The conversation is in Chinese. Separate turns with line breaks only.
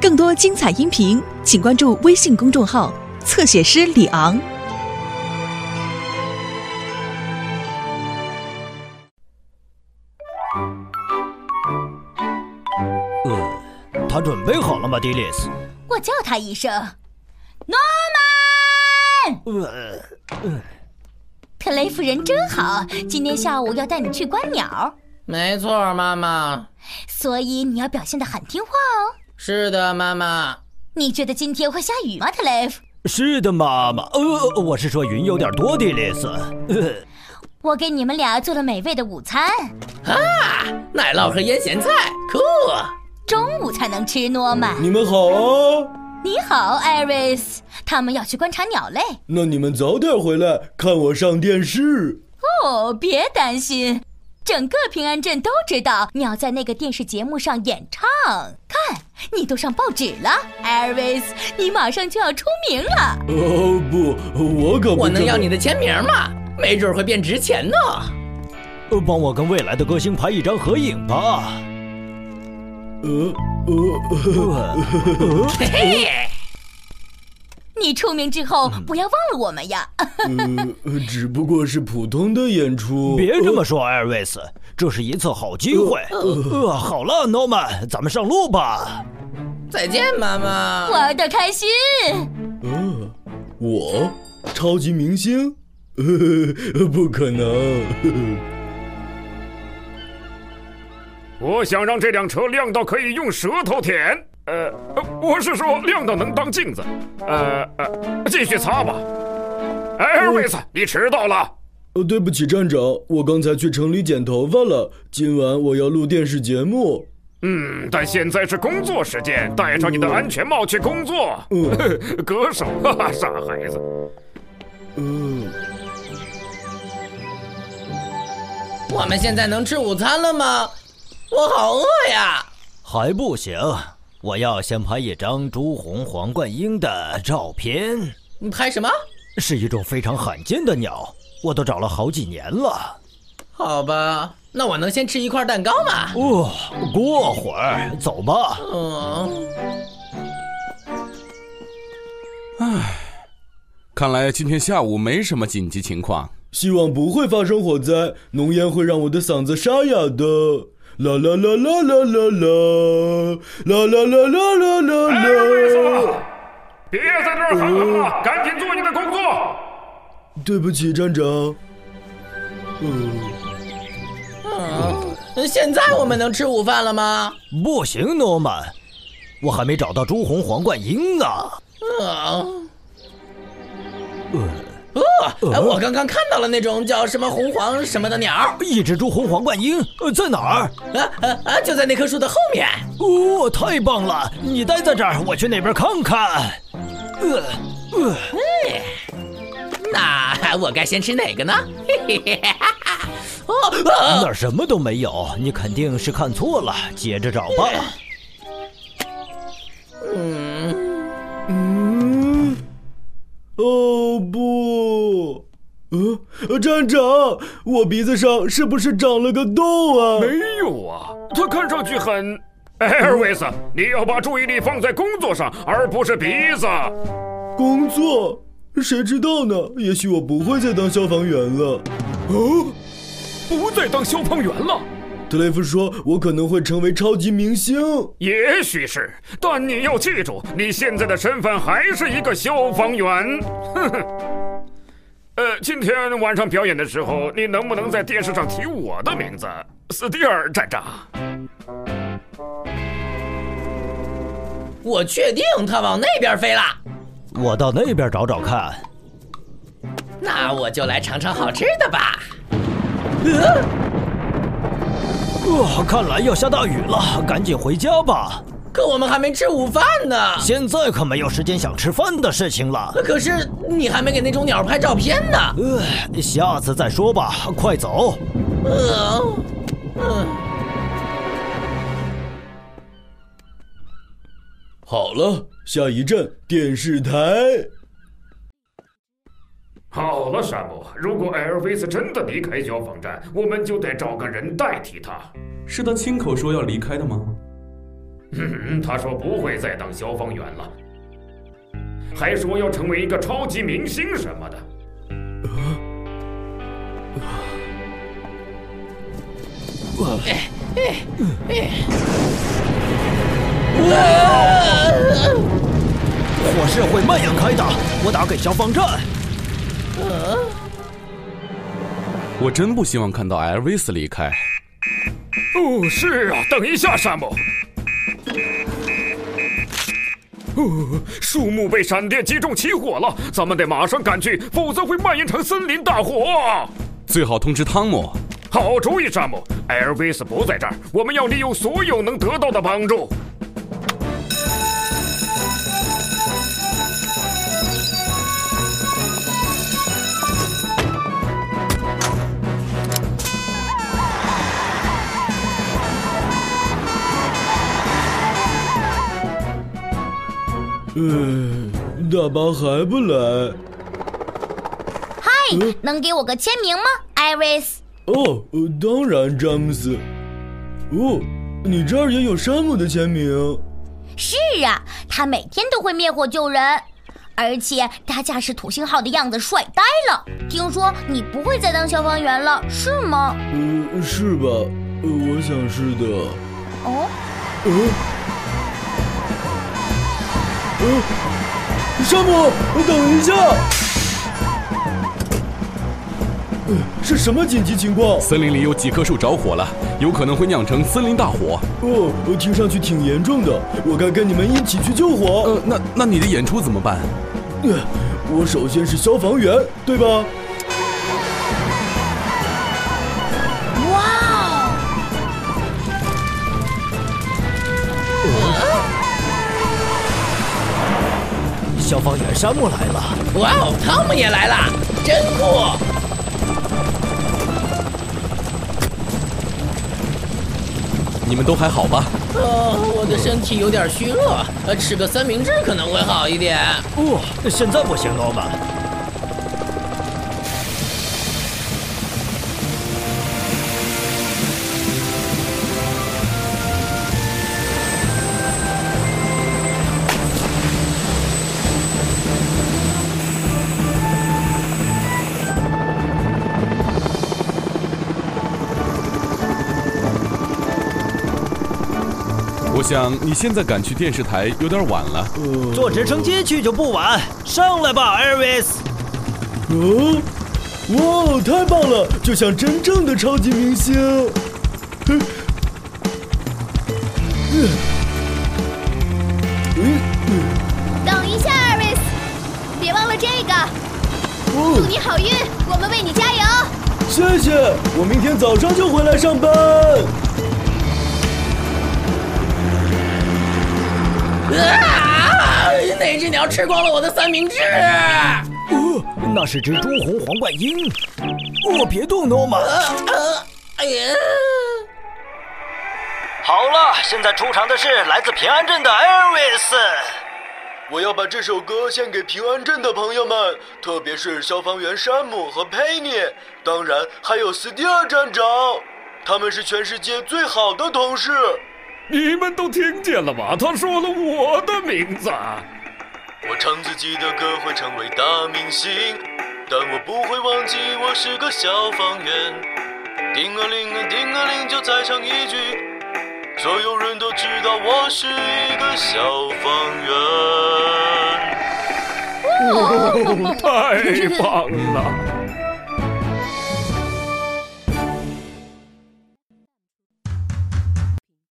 更多精彩音频，请关注微信公众号“侧写师李昂
呃，他准备好了吗，迪丽斯？
我叫他一声诺曼。
呃，
特雷夫人真好，今天下午要带你去观鸟，
没错，妈妈。
所以你要表现的很听话哦。
是的，妈妈。
你觉得今天会下雨吗，特雷夫？
是的，妈妈。呃，我是说云有点多，迪丽斯。呃，
我给你们俩做了美味的午餐，
啊，奶酪和腌咸菜，啊酷！
中午才能吃。诺曼，
你们好啊！
你好，艾瑞斯。他们要去观察鸟类。
那你们早点回来，看我上电视。
哦，别担心，整个平安镇都知道你要在那个电视节目上演唱。看，你都上报纸了，艾瑞斯，你马上就要出名了。
哦不，我可不这么。
我能要你的签名吗？没准会变值钱呢。
呃帮我跟未来的歌星拍一张合影吧。
呃呃，
嘿嘿，
你出名之后，
嗯
不要忘了我们呀。
呃呃，只不过是普通的演出。
别这么说，艾瑞斯，这是一次好机会。呃，好了，诺曼，咱们上路吧。
再见，妈妈。
玩的开心，
嗯、我超级明星？呃不可能。
我想让这辆车亮到可以用舌头舔。呃，呃我是说亮到能当镜子。呃呃，继续擦吧。哎，瑞斯，你迟到了。
呃，对不起，站长，我刚才去城里剪头发了。今晚我要录电视节目。
嗯，但现在是工作时间，戴上你的安全帽去工作。 歌手，哈哈，傻孩子。
嗯、
我们现在能吃午餐了吗？我好饿呀！
还不行，我要先拍一张朱红皇冠鹰的照片。
你拍什么？
是一种非常罕见的鸟，我都找了好几年了。
好吧，那我能先吃一块蛋糕吗？
哦，过会儿走吧。
嗯，
看来今天下午没什么紧急情况。
希望不会发生火灾，浓烟会让我的嗓子沙哑的。啦啦啦啦啦啦啦，啦啦啦啦啦啦
哎，瑞斯
啦。，
别在这儿喊了，赶紧做你的工作。
对不起，站长。嗯，
现在我们能吃午饭了吗？
不行，诺曼，我还没找到朱红皇冠啊鹰呢。
嗯。哦，哎我刚刚看到了那种叫什么红黄什么的鸟，
一只朱红皇冠鹰，呃，在哪儿？
啊啊啊！就在那棵树的后面。
哦，太棒了！你待在这儿，我去那边看看。呃，呃，
那我该先吃哪个呢？ 嘿嘿嘿哈哈哦，啊
那儿什么都没有，你肯定是看错了。接着找吧。
哦不，嗯、呃，站长，我鼻子上是不是长了个洞啊？
没有啊，他看上去很……哎，瑞斯，你要把注意力放在工作上，而不是鼻子。
工作，谁知道呢？也许我不会再当消防员了。哦，
不再当消防员了。
特雷弗说，我可能会成为超级明星。
也许是，但你要记住，你现在的身份还是一个消防员。 哼哼。呃，今天晚上表演的时候，你能不能在电视上提我的名字，斯蒂尔站长？
我确定它往那边飞了，
我到那边找找看。
那我就来尝尝好吃的吧。
呃，看来要下大雨了，赶紧回家吧。
可我们还没吃午饭呢。
现在可没有时间想吃饭的事情了。
可是你还没给那种鸟拍照片呢。
呃，下次再说吧，快走。
呃，嗯，
好了，下一站电视台。
好了，山姆，如果艾尔维斯真的离开消防站，我们就得找个人代替他。
是他亲口说要离开的吗？
嗯他说不会再当消防员了，还说要成为一个超级明星什么的。
火势会蔓延开的，我打给消防站。
我真不希望看到艾维斯离开。
哦，是啊，等一下，山姆。哦，树木被闪电击中起火了，咱们得马上赶去，否则会蔓延成森林大火。
最好通知汤姆。
好主意，山姆。艾尔维斯不在这儿，我们要利用所有能得到的帮助。
嗯，大巴还不来？
嗨，哎能给我个签名吗，Iris？
哦，呃当然，詹姆斯。哦，你这儿也有山姆的签名。
是啊，他每天都会灭火救人，而且他驾驶土星号的样子帅呆了。听说你不会再当消防员了，是吗？
呃，是吧？呃，我想是的。
哦，
呃，呃，山姆，等一下！呃，是什么紧急情况？
森林里有几棵树着火了，有可能会酿成森林大火。
哦，呃听上去挺严重的，我该跟你们一起去救火。
呃，那那你的演出怎么办？
呃，我首先是消防员，对吧？
哇哦！
消防员山姆来了，
哇哦，汤姆也来了，真酷！
你们都还好吧？
呃，我的身体有点虚弱，呃，吃个三明治可能会好一点。
哦，现在不行，诺曼。
我想你现在赶去电视台有点晚了。
坐直升机去就不晚，上来吧，艾瑞斯。
哦，哇，太棒了，就像真正的超级明星。嗯，嗯，嗯，
等一下，Iris，别忘了这个。祝
哦，
你好运，我们为你加油。
谢谢，我明天早上就回来上班。
啊！那只鸟吃光了我的三明治。哎
哦，那是只朱红皇冠鹰。哦，别动，诺曼。
呃，哎呀！
好了，现在出场的是来自平安镇的艾瑞斯。
我要把这首歌献给平安镇的朋友们，特别是消防员山姆和佩妮，当然还有斯蒂尔站长，他们是全世界最好的同事。
你们都听见了吧？他说了我的名字。
我唱自己的歌会成为大明星，但我不会忘记我是个消防员。叮啊铃啊，叮啊铃，就再唱一句，所有人都知道我是一个消防员。
哦 太棒了！